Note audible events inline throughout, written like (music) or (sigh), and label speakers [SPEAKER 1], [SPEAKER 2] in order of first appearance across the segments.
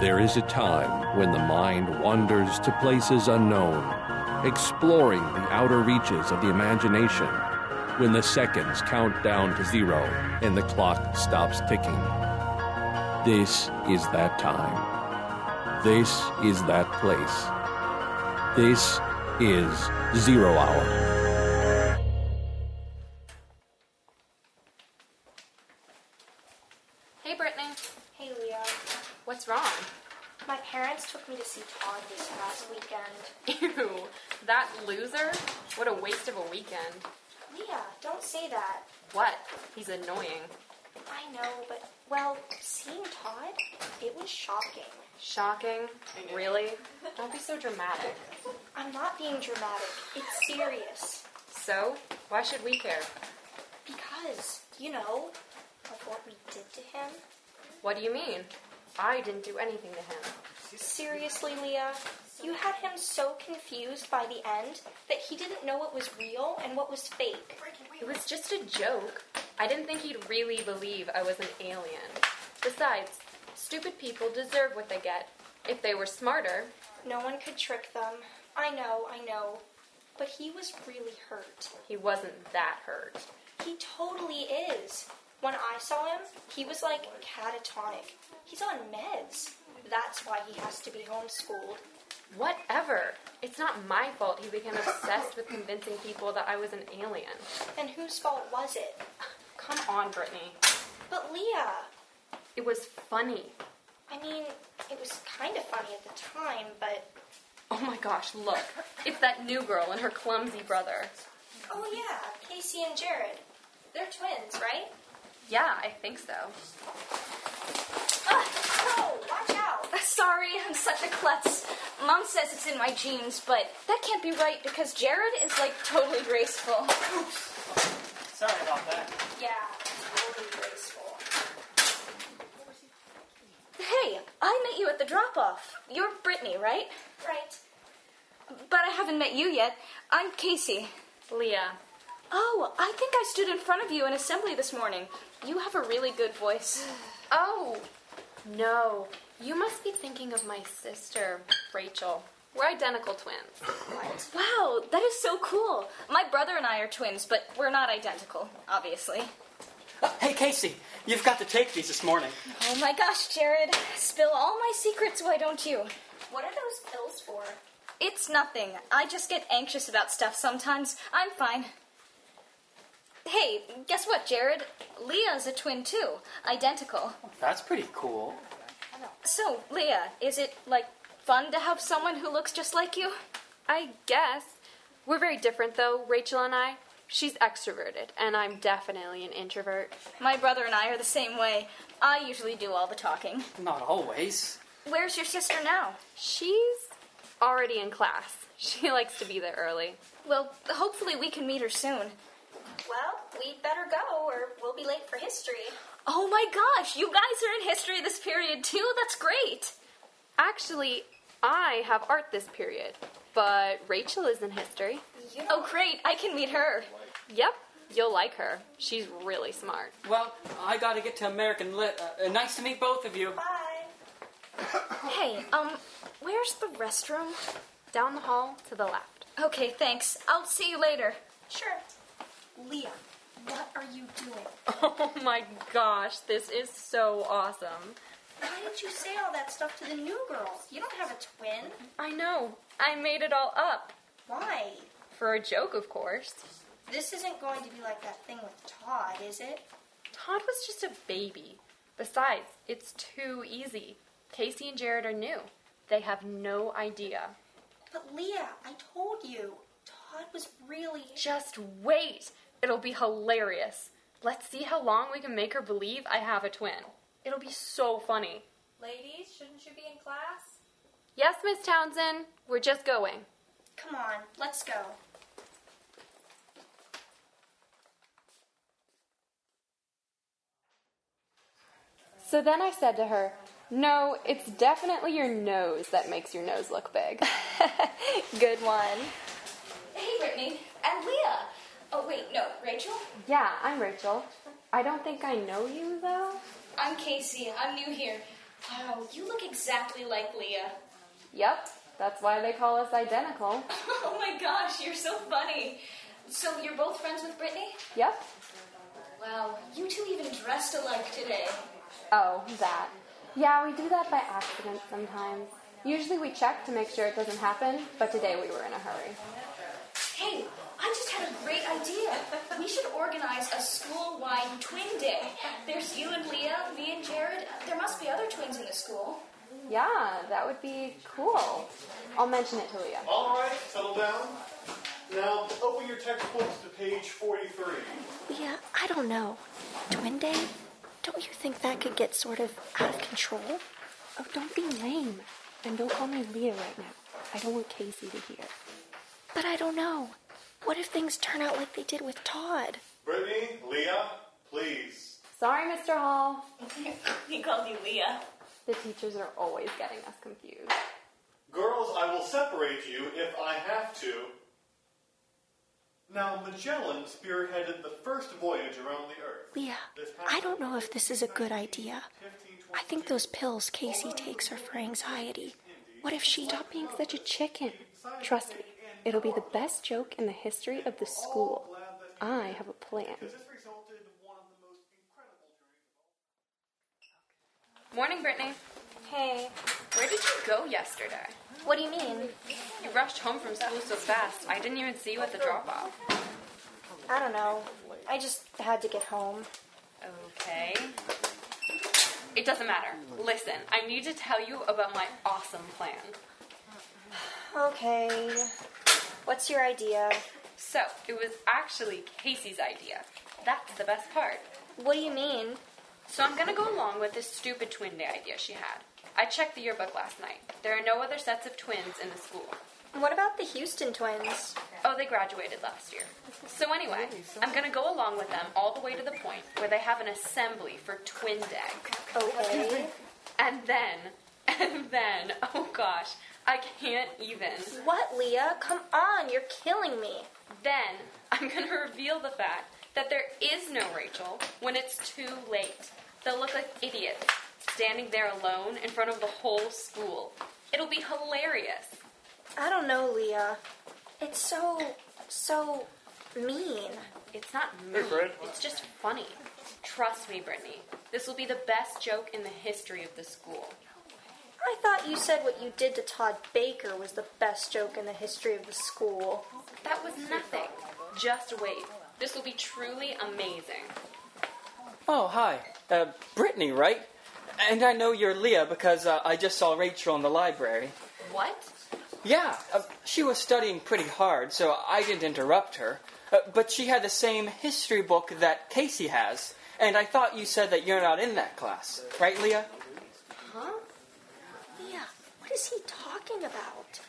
[SPEAKER 1] There is a time when the mind wanders to places unknown, exploring the outer reaches of the imagination, when the seconds count down to zero and the clock stops ticking. This is that time. This is that place. This is Zero Hour.
[SPEAKER 2] Hey, Brittany.
[SPEAKER 3] Hey Leo,
[SPEAKER 2] What's wrong? (laughs)
[SPEAKER 3] my parents took me to see Todd this past weekend.
[SPEAKER 2] Ew, that loser? What a waste of a weekend.
[SPEAKER 3] Leah, don't say that.
[SPEAKER 2] What? He's annoying.
[SPEAKER 3] I know, but well, seeing Todd, it was shocking.
[SPEAKER 2] Shocking? Really? Don't be so dramatic.
[SPEAKER 3] I'm not being dramatic. It's serious.
[SPEAKER 2] So, why should we care?
[SPEAKER 3] Because, you know, of what we did to him.
[SPEAKER 2] What do you mean? I didn't do anything to him.
[SPEAKER 3] Seriously, Leah, you had him so confused by the end that he didn't know what was real and what was fake.
[SPEAKER 2] It was just a joke. I didn't think he'd really believe I was an alien. Besides, stupid people deserve what they get. If they were smarter,
[SPEAKER 3] No one could trick them. I know, I know. But he was really hurt.
[SPEAKER 2] he wasn't that hurt.
[SPEAKER 3] He totally is. When I saw him, he was like catatonic. He's on meds. That's why he has to be homeschooled.
[SPEAKER 2] Whatever. It's not my fault he became obsessed with convincing people that I was an alien.
[SPEAKER 3] And whose fault was it?
[SPEAKER 2] Come on, Brittany.
[SPEAKER 3] But Leah!
[SPEAKER 2] It was funny.
[SPEAKER 3] I mean, it was kind of funny at the time, but.
[SPEAKER 2] Oh my gosh, look. It's that new girl and her clumsy brother.
[SPEAKER 3] Oh, yeah, Casey and Jared. They're twins, right?
[SPEAKER 2] Yeah, I think so.
[SPEAKER 3] Oh, watch out!
[SPEAKER 4] (laughs) Sorry, I'm such a klutz. Mom says it's in my genes, but that can't be right because Jared is like totally graceful.
[SPEAKER 5] Sorry about that.
[SPEAKER 3] Yeah, totally graceful.
[SPEAKER 4] Hey, I met you at the drop off. You're Brittany, right?
[SPEAKER 3] Right.
[SPEAKER 4] But I haven't met you yet. I'm Casey.
[SPEAKER 2] Leah.
[SPEAKER 4] Oh, I think I stood in front of you in assembly this morning. You have a really good voice.
[SPEAKER 2] Oh, no. You must be thinking of my sister, Rachel. We're identical twins.
[SPEAKER 4] Wow, Oh, that is so cool. My brother and I are twins, but we're not identical, obviously.
[SPEAKER 5] Uh, hey, Casey, you've got to take these this morning.
[SPEAKER 4] Oh my gosh, Jared. Spill all my secrets, why don't you?
[SPEAKER 3] What are those pills for?
[SPEAKER 4] It's nothing. I just get anxious about stuff sometimes. I'm fine. Hey, guess what, Jared? Leah's a twin too. Identical.
[SPEAKER 5] That's pretty cool.
[SPEAKER 4] So, Leah, is it, like, fun to have someone who looks just like you?
[SPEAKER 2] I guess. We're very different, though, Rachel and I. She's extroverted, and I'm definitely an introvert.
[SPEAKER 4] My brother and I are the same way. I usually do all the talking.
[SPEAKER 5] Not always.
[SPEAKER 4] Where's your sister now?
[SPEAKER 2] She's already in class. (laughs) She likes to be there early.
[SPEAKER 4] Well, hopefully we can meet her soon.
[SPEAKER 3] Well, we'd better go, or we'll be late for history.
[SPEAKER 4] Oh my gosh, you guys are in history this period too? That's great!
[SPEAKER 2] Actually, I have art this period, but Rachel is in history.
[SPEAKER 3] You know,
[SPEAKER 4] Oh great, I can meet her.
[SPEAKER 2] Yep, you'll like her. She's really smart.
[SPEAKER 5] Well, I got to get to American Lit. Uh, uh, nice to meet both of you.
[SPEAKER 3] bye.
[SPEAKER 4] Hey, um, where's the restroom?
[SPEAKER 2] Down the hall to the left.
[SPEAKER 4] Okay, thanks. I'll see you later.
[SPEAKER 3] Sure. Leah, what are you doing?
[SPEAKER 2] (laughs) Oh my gosh, this is so awesome.
[SPEAKER 3] Why did you say all that stuff to the new girl? You don't have a twin.
[SPEAKER 2] I know. I made it all up.
[SPEAKER 3] Why?
[SPEAKER 2] For a joke, of course.
[SPEAKER 3] This isn't going to be like that thing with Todd, is it?
[SPEAKER 2] Todd was just a baby. Besides, it's too easy. Casey and Jared are new. They have no idea.
[SPEAKER 3] But Leah, I told you, Todd was really.
[SPEAKER 2] Just wait. It'll be hilarious. Let's see how long we can make her believe I have a twin. It'll be so funny.
[SPEAKER 6] Ladies, shouldn't you be in class?
[SPEAKER 2] Yes, Miss Townsend, we're just going.
[SPEAKER 3] Come on, let's go.
[SPEAKER 2] So then I said to her, No, it's definitely your nose that makes your nose look big.
[SPEAKER 4] (laughs) Good one. Hey, Brittany. And Leah. Oh, wait, no, Rachel?
[SPEAKER 2] yeah, I'm Rachel. I don't think I know you, though.
[SPEAKER 4] I'm Casey. I'm new here.
[SPEAKER 3] Wow, you look exactly like Leah.
[SPEAKER 2] Yep, that's why they call us identical.
[SPEAKER 3] oh my gosh, you're so funny. So you're both friends with Brittany?
[SPEAKER 2] Yep.
[SPEAKER 3] Wow, you two even dressed alike today.
[SPEAKER 2] Oh, that. Yeah, we do that by accident sometimes. Usually we check to make sure it doesn't happen, but today we were in a hurry.
[SPEAKER 3] Hey, I just had a great idea. We should organize a school-wide twin day. There's you and Leah, me and Jared. There must be other twins in the school.
[SPEAKER 2] Yeah, that would be cool. I'll mention it to Leah.
[SPEAKER 7] All right, settle down. Now, open your textbooks to page 43.
[SPEAKER 8] Leah, I don't know. Twin Day? Don't you think that could get sort of out of control?
[SPEAKER 9] Oh, don't be lame. And don't call me Leah right now. I don't want Casey to hear.
[SPEAKER 8] But I don't know. What if things turn out like they did with Todd?
[SPEAKER 7] Brittany, Leah, please.
[SPEAKER 2] Sorry, Mr. (laughs) Hall.
[SPEAKER 3] he called you Leah.
[SPEAKER 2] The teachers are always getting us confused.
[SPEAKER 7] Girls, I will separate you if I have to. Now, Magellan spearheaded the first voyage around the Earth.
[SPEAKER 8] Leah, I don't know if this is a good idea. I think those pills Casey takes her for anxiety. What if she
[SPEAKER 9] Stop being such a chicken. Trust me, it'll be the best joke in the history of the school. I have a plan.
[SPEAKER 7] Because this resulted in one of the most incredible journeys of all.
[SPEAKER 2] Morning, Brittany.
[SPEAKER 3] Hey,
[SPEAKER 2] Where did you go yesterday?
[SPEAKER 3] what do you mean?
[SPEAKER 2] You rushed home from school so fast, I didn't even see you at the drop off.
[SPEAKER 3] I don't know. I just had to get home.
[SPEAKER 2] Okay. It doesn't matter. Listen, I need to tell you about my awesome plan.
[SPEAKER 3] Okay. What's your idea?
[SPEAKER 2] So, it was actually Casey's idea. That's the best part.
[SPEAKER 3] What do you mean?
[SPEAKER 2] So I'm gonna go along with this stupid twin day idea she had. I checked the yearbook last night. There are no other sets of twins in the school.
[SPEAKER 3] What about the Houston twins?
[SPEAKER 2] Oh, they graduated last year. So anyway, I'm gonna go along with them all the way to the point where they have an assembly for twin day.
[SPEAKER 3] Okay.
[SPEAKER 2] And then, (laughs) and then, oh gosh, I can't even.
[SPEAKER 3] What, Leah? Come on, you're killing me.
[SPEAKER 2] Then I'm gonna (laughs) reveal the fact that there is no Rachel when it's too late. They'll look like idiots standing there alone in front of the whole school. It'll be hilarious.
[SPEAKER 3] I don't know, Leah. It's so, so mean.
[SPEAKER 2] It's not mean. It's just funny. Trust me, Brittany. This will be the best joke in the history of the school.
[SPEAKER 3] I thought you said what you did to Todd Baker was the best joke in the history of the school.
[SPEAKER 2] That was nothing. Just wait. This will be truly amazing.
[SPEAKER 5] Oh, hi. Uh, Brittany, right? And I know you're Leah because uh, I just saw Rachel in the library.
[SPEAKER 2] What?
[SPEAKER 5] Yeah, uh, she was studying pretty hard, so I didn't interrupt her. Uh, but she had the same history book that Casey has, and I thought you said that you're not in that class. Right, Leah?
[SPEAKER 3] Leah, what is he talking about?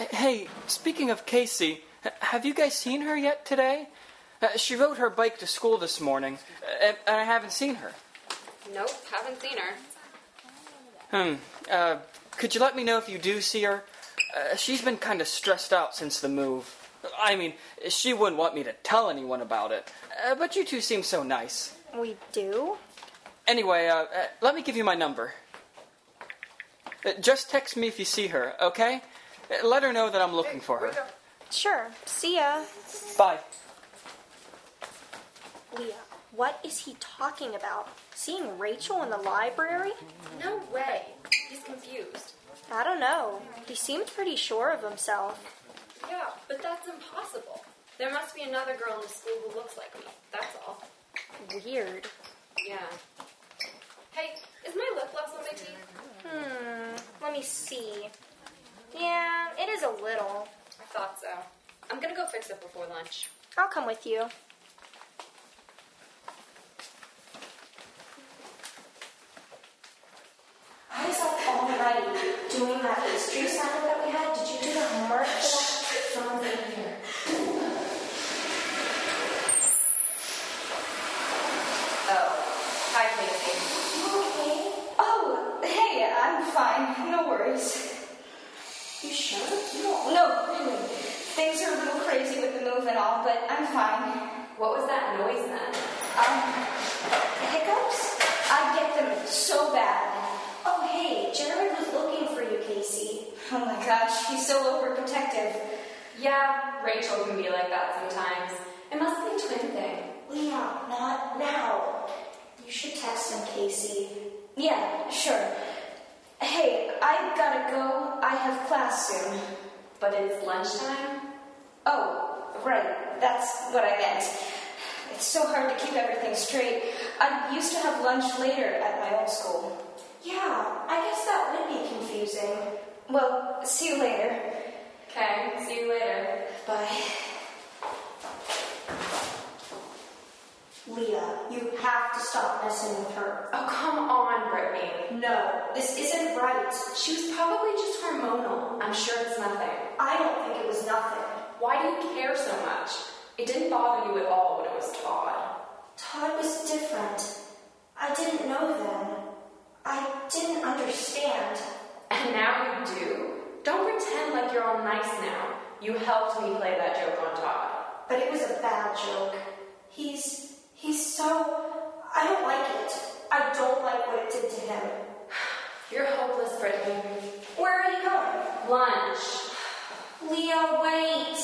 [SPEAKER 5] H- Hey, speaking of Casey, h- have you guys seen her yet today? Uh, she rode her bike to school this morning, uh, and and I haven't seen her.
[SPEAKER 2] Nope, haven't seen her.
[SPEAKER 5] Hmm. Uh, could you let me know if you do see her? Uh, she's been kind of stressed out since the move. I mean, she wouldn't want me to tell anyone about it, uh, but you two seem so nice.
[SPEAKER 3] We do?
[SPEAKER 5] Anyway, uh, uh, let me give you my number. Uh, just text me if you see her, okay? Uh, let her know that I'm looking for her.
[SPEAKER 3] Sure. See ya.
[SPEAKER 5] Bye.
[SPEAKER 3] Leah, what is he talking about? Seeing Rachel in the library?
[SPEAKER 2] No way. He's confused.
[SPEAKER 3] I don't know. He seemed pretty sure of himself.
[SPEAKER 2] Yeah, but that's impossible. There must be another girl in the school who looks like me. That's all.
[SPEAKER 3] Weird.
[SPEAKER 2] Yeah. Hey, is my lip gloss on my teeth?
[SPEAKER 3] Hmm, let me see. Yeah, it is a little.
[SPEAKER 2] I thought so. I'm gonna go fix it before lunch.
[SPEAKER 3] I'll come with you. I was up all night doing that history assignment that we had. Did you do the homework? Someone's in here.
[SPEAKER 2] Oh, hi, Casey.
[SPEAKER 3] You okay?
[SPEAKER 4] Oh, hey, I'm fine. No worries.
[SPEAKER 3] You sure?
[SPEAKER 4] No, no. Things are a little crazy with the move and all, but I'm fine.
[SPEAKER 2] What was that noise then?
[SPEAKER 4] Um, hiccups? I get them so bad. Oh, hey,
[SPEAKER 10] Oh, she's so overprotective.
[SPEAKER 2] Yeah, Rachel can be like that sometimes. It must be a twin thing.
[SPEAKER 10] Leon, not now. You should text him, Casey. Yeah, sure. Hey, I gotta go. I have class soon.
[SPEAKER 2] But it's lunchtime?
[SPEAKER 10] Oh, right. That's what I meant. It's so hard to keep everything straight. I used to have lunch later at my old school. Yeah, I guess that would be confusing. Well, see you later.
[SPEAKER 2] Okay, see you later.
[SPEAKER 10] Bye. Leah, you have to stop messing with her.
[SPEAKER 2] Oh, come on, Brittany.
[SPEAKER 10] No, this isn't right.
[SPEAKER 2] She was probably just hormonal. I'm sure it's nothing.
[SPEAKER 10] I don't think it was nothing.
[SPEAKER 2] Why do you care so much? It didn't bother you at all when it was Todd.
[SPEAKER 10] Todd was different. I didn't know then. I didn't understand.
[SPEAKER 2] And now you do. Don't pretend like you're all nice now. You helped me play that joke on Todd.
[SPEAKER 10] But it was a bad joke. He's. he's so. I don't like it. I don't like what it did to him.
[SPEAKER 2] You're hopeless, Brittany.
[SPEAKER 10] Where are you going?
[SPEAKER 2] Lunch.
[SPEAKER 10] Leo, wait!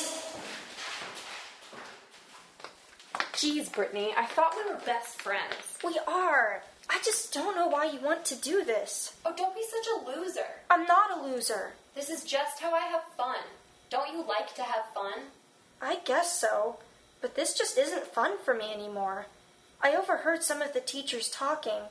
[SPEAKER 2] Geez, Brittany, I thought we were best friends.
[SPEAKER 3] We are. I just don't know why you want to do this.
[SPEAKER 2] Oh, don't be such a loser.
[SPEAKER 3] I'm not a loser.
[SPEAKER 2] This is just how I have fun. Don't you like to have fun?
[SPEAKER 3] I guess so. But this just isn't fun for me anymore. I overheard some of the teachers talking.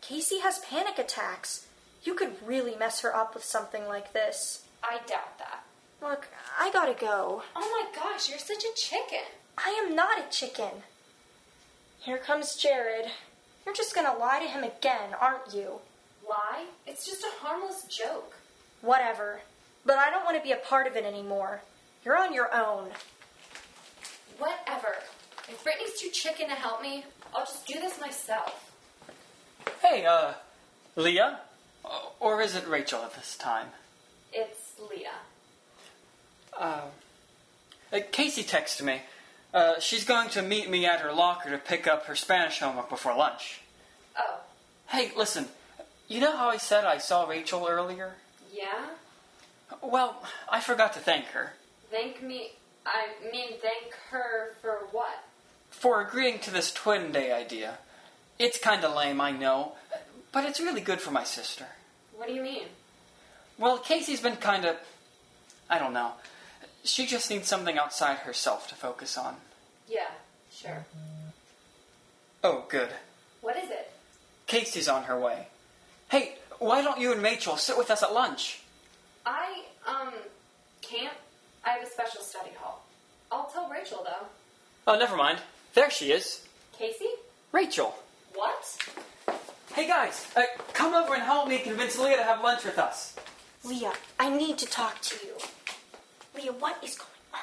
[SPEAKER 3] Casey has panic attacks. You could really mess her up with something like this.
[SPEAKER 2] I doubt that.
[SPEAKER 3] Look, I gotta go.
[SPEAKER 2] Oh my gosh, you're such a chicken.
[SPEAKER 3] I am not a chicken. Here comes Jared. You're just gonna lie to him again, aren't you?
[SPEAKER 2] Why? It's just a harmless joke.
[SPEAKER 3] Whatever. But I don't want to be a part of it anymore. You're on your own.
[SPEAKER 2] Whatever. If Brittany's too chicken to help me, I'll just do this myself.
[SPEAKER 5] Hey, uh, Leah? O- Or is it Rachel at this time?
[SPEAKER 2] It's Leah.
[SPEAKER 5] Uh, uh, Casey texted me. Uh, she's going to meet me at her locker to pick up her Spanish homework before lunch.
[SPEAKER 2] Oh,
[SPEAKER 5] Hey, listen, you know how I said I saw Rachel earlier?
[SPEAKER 2] yeah?
[SPEAKER 5] Well, I forgot to thank her
[SPEAKER 2] Thank me. I mean, thank her for what?
[SPEAKER 5] for agreeing to this twin day idea. It's kinda lame, I know, but it's really good for my sister.
[SPEAKER 2] What do you mean?
[SPEAKER 5] Well, Casey's been kind of. I don't know. She just needs something outside herself to focus on.
[SPEAKER 2] Yeah, sure.
[SPEAKER 5] Oh, good.
[SPEAKER 2] What is it?
[SPEAKER 5] Casey's on her way. Hey, why don't you and Rachel sit with us at lunch?
[SPEAKER 2] I, um, can't. I have a special study hall. I'll tell Rachel, though.
[SPEAKER 5] Oh, never mind. There she is.
[SPEAKER 2] Casey?
[SPEAKER 5] Rachel.
[SPEAKER 2] What?
[SPEAKER 5] Hey, guys, uh, come over and help me convince Leah to have lunch with us.
[SPEAKER 3] Leah, I need to talk to you.
[SPEAKER 10] Leah, what is going on?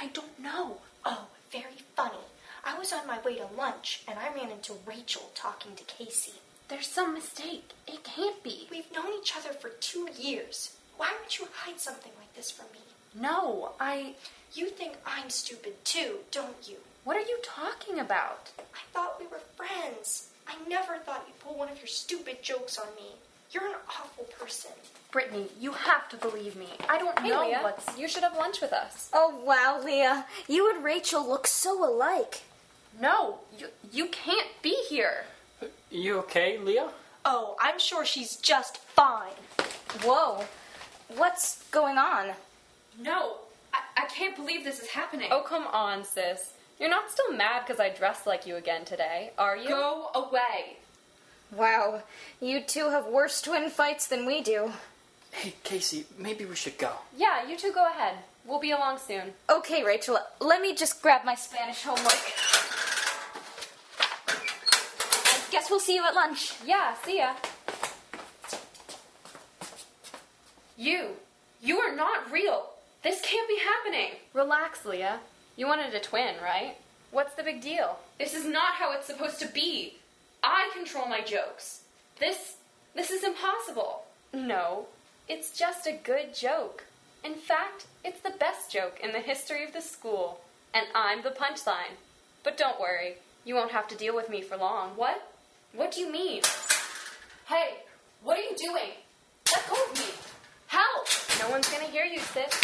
[SPEAKER 3] I don't know. Oh, very funny. I was on my way to lunch and I ran into Rachel talking to Casey.
[SPEAKER 2] There's some mistake. It can't be.
[SPEAKER 3] We've known each other for two years. Why would you hide something like this from me?
[SPEAKER 2] No, I.
[SPEAKER 3] You think I'm stupid too, don't you?
[SPEAKER 2] What are you talking about?
[SPEAKER 3] I thought we were friends. I never thought you'd pull one of your stupid jokes on me. You're an awful person.
[SPEAKER 2] Brittany, you have to believe me. I don't know what's. You should have lunch with us.
[SPEAKER 3] Oh, wow, Leah. You and Rachel look so alike.
[SPEAKER 2] No, you, you can't be here.
[SPEAKER 5] You okay, Leah?
[SPEAKER 3] Oh, I'm sure she's just fine. Whoa. What's going on?
[SPEAKER 2] No, I, I can't believe this is happening. Oh, come on, sis. You're not still mad because I dressed like you again today, are you? Go away.
[SPEAKER 3] Wow, you two have worse twin fights than we do.
[SPEAKER 5] Hey, Casey, maybe we should go.
[SPEAKER 2] Yeah, you two go ahead. We'll be along soon.
[SPEAKER 3] Okay, Rachel, let me just grab my Spanish homework. I guess we'll see you at lunch.
[SPEAKER 2] Yeah, see ya. You. You are not real. This can't be happening. Relax, Leah. You wanted a twin, right? What's the big deal? This is not how it's supposed to be. I control my jokes. This. this is impossible. No, it's just a good joke. In fact, it's the best joke in the history of the school, and I'm the punchline. But don't worry, you won't have to deal with me for long. What? What do you mean? Hey, what are you doing? Let go of me. Help! out. No one's gonna hear you, sis.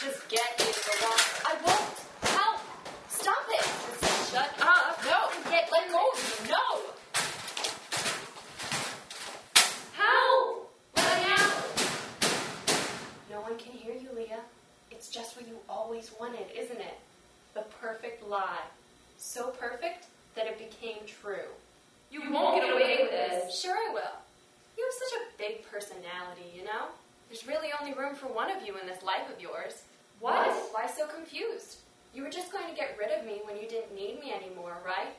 [SPEAKER 2] Just get in the water.
[SPEAKER 11] I won't. Help! Stop it!
[SPEAKER 2] Shut up. No.
[SPEAKER 11] Get
[SPEAKER 2] Let go of me. No.
[SPEAKER 11] Help! Let me out! No one can hear you, Leah.
[SPEAKER 2] It's just what you always wanted, isn't it? The perfect lie. So perfect that it became true. You, won't get away with this. Sure, I will. You have such a big personality, you know? There's really only room for one of you in this life of yours.
[SPEAKER 4] What?
[SPEAKER 2] Why so confused? You were just going to get rid of me when you didn't need me anymore, right?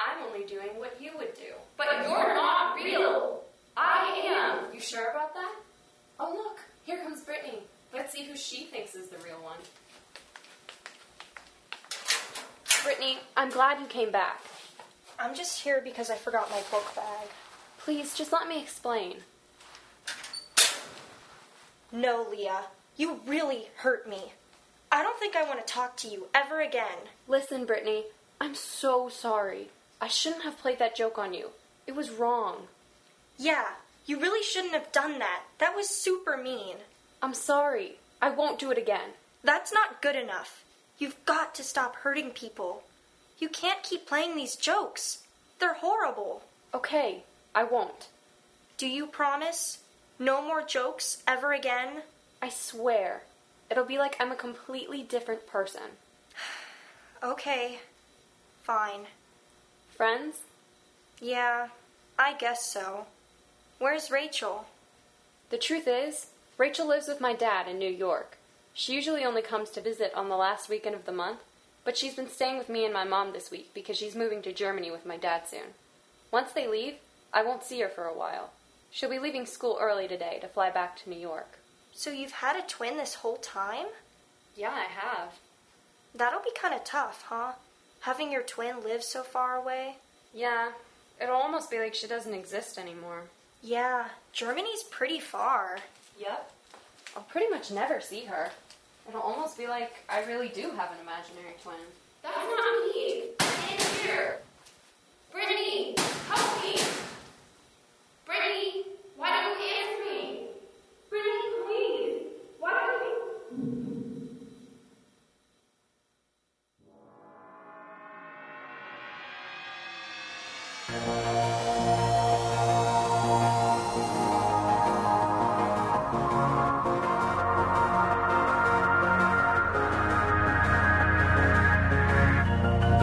[SPEAKER 2] I'm only doing what you would do. But,
[SPEAKER 4] you're not real.
[SPEAKER 2] I am. You sure about that? Oh, look, here comes Brittany. Let's see who she thinks is the real one. Brittany, I'm glad you came back.
[SPEAKER 3] I'm just here because I forgot my book bag.
[SPEAKER 2] Please, just let me explain.
[SPEAKER 3] No, Leah, you really hurt me. I don't think I want to talk to you ever again.
[SPEAKER 2] Listen, Brittany, I'm so sorry. I shouldn't have played that joke on you. It was wrong.
[SPEAKER 3] Yeah, you really shouldn't have done that. That was super mean.
[SPEAKER 2] I'm sorry. I won't do it again.
[SPEAKER 3] That's not good enough. You've got to stop hurting people. You can't keep playing these jokes. They're horrible.
[SPEAKER 2] Okay, I won't.
[SPEAKER 3] Do you promise? No more jokes ever again?
[SPEAKER 2] I swear. It'll be like I'm a completely different person.
[SPEAKER 3] Okay, fine.
[SPEAKER 2] Friends?
[SPEAKER 3] Yeah, I guess so. Where's Rachel?
[SPEAKER 2] The truth is, Rachel lives with my dad in New York. She usually only comes to visit on the last weekend of the month, but she's been staying with me and my mom this week because she's moving to Germany with my dad soon. Once they leave, I won't see her for a while. She'll be leaving school early today to fly back to New York.
[SPEAKER 3] So you've had a twin this whole time?
[SPEAKER 2] Yeah, I have.
[SPEAKER 3] That'll be kind of tough, huh? Having your twin live so far away?
[SPEAKER 2] Yeah, it'll almost be like she doesn't exist anymore.
[SPEAKER 3] Yeah, Germany's pretty far.
[SPEAKER 2] Yep. I'll pretty much never see her. It'll almost be like I really do have an imaginary twin.
[SPEAKER 4] That's not me. In here. Brittany, help me. Brittany, why don't you answer me? Brittany, please. Why don't you?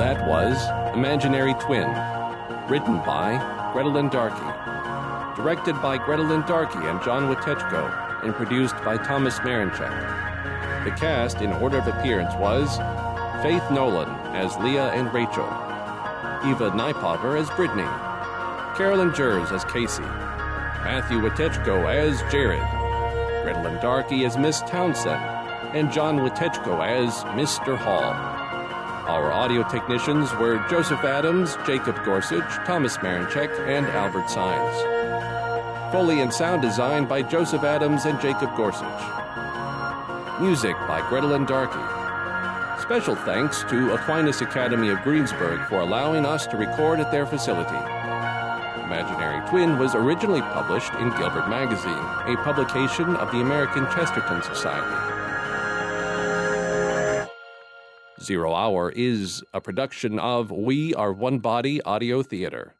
[SPEAKER 1] That was Imaginary Twin, written by Gretelyn Darkey, directed by Gretelyn Darkey and John Witechko, and produced by Thomas Marinchak. The cast, in order of appearance, was Faith Nolan as Leah and Rachel, Eva Neipotter as Brittany, Carolyn Jers as Casey, Matthew Witechko as Jared, Gretelyn Darkey as Miss Townsend, and John Witechko as Mr. Hall. Our audio technicians were Joseph Adams, Jacob Gorsuch, Thomas Marinchek, and Albert Sines. Foley and sound design by Joseph Adams and Jacob Gorsuch. Music by Gretelyn Darkey. Special thanks to Aquinas Academy of Greensburg for allowing us to record at their facility. Imaginary Twin was originally published in Gilbert Magazine, a publication of the American Chesterton Society. Zero Hour is a production of We Are One Body Audio Theater.